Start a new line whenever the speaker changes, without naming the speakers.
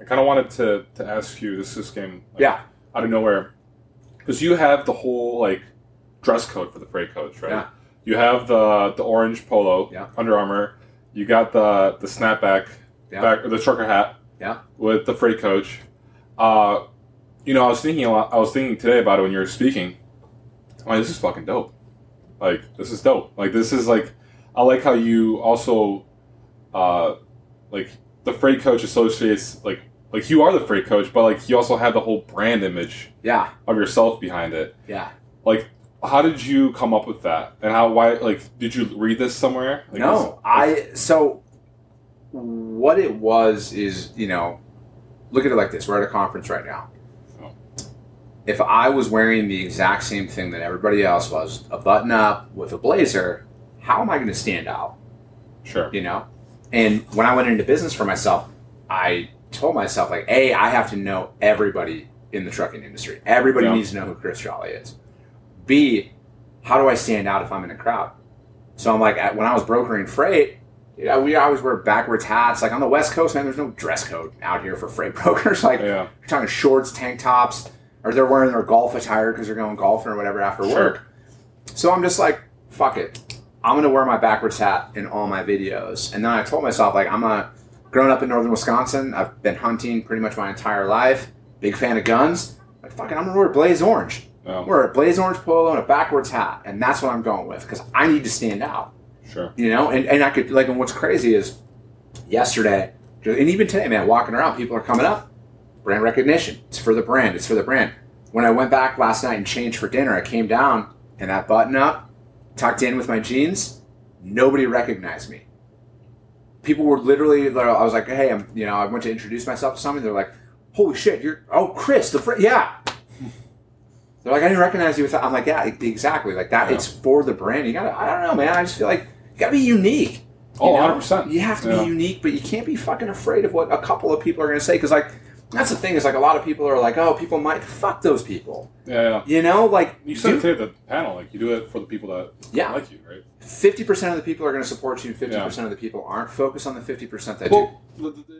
I kind of wanted to to ask you this this game like,
Yeah.
out of nowhere because you have the whole like dress code for the freight coach right
Yeah.
you have the the orange polo
Yeah.
Under Armour you got the the snapback
Yeah.
back or the trucker hat
Yeah.
with the freight coach uh you know I was thinking a lot, I was thinking today about it when you were speaking I'm like this is fucking dope like this is dope like this is like I like how you also uh like the freight coach associates like like you are the freight coach, but like you also have the whole brand image
Yeah.
of yourself behind it.
Yeah.
How did you come up with that? And how why like did you read this somewhere? Like, was-
no, I so what it was is you know, look at it like this: we're at a conference right now.
Oh.
If I was wearing the exact same thing that everybody else was, a button up with a blazer, how am I going to stand out?
sure.
you know and when i went into business for myself i told myself like hey i have to know everybody in the trucking industry everybody
Yeah.
needs to know who chris jolly is b how do i stand out if i'm in a crowd so i'm like I- when i was brokering freight you know, we always wear backwards hats like on the west coast man there's no dress code out here for freight brokers like
Yeah.
you're talking shorts, tank tops, or they're wearing their golf attire because they're going golfing or whatever after
Sure.
work. So I'm just like, fuck it. I'm gonna wear my backwards hat in all my videos. And then I told myself, like, I'm a grown up in northern Wisconsin. I've been hunting pretty much my entire life. Big fan of guns. Like, fuck it, I'm gonna wear blaze orange.
Yeah. Um,
Wear a blaze orange polo and a backwards hat, and that's what I'm going with because I need to stand out
Sure.
you know and, and i could like and what's crazy is yesterday and even today man walking around people are coming up brand recognition it's for the brand it's for the brand when i went back last night and changed for dinner i came down and that button up tucked in with my jeans nobody recognized me people were literally like, i was like hey i'm you know i went to introduce myself to somebody they're like holy shit you're oh chris the friend yeah they're like i didn't recognize you with that i'm like yeah e-, exactly like that
Yeah.
it's for the brand you gotta i don't know man i just feel like you gotta be unique.
Oh,
you know?
100%.
You have to
Yeah.
be unique, but you can't be fucking afraid of what a couple of people are gonna say. Because like, that's the thing is like a lot of people are like, oh, people might fuck those people.
Yeah, yeah.
You know, like
You said it
fifty
today at the panel, like you do it for the people that
Yeah.
like you, right?
percent of the people are gonna support you, and fifty percent of the people aren't. Focus on the fifty percent that do.
Well, the- the-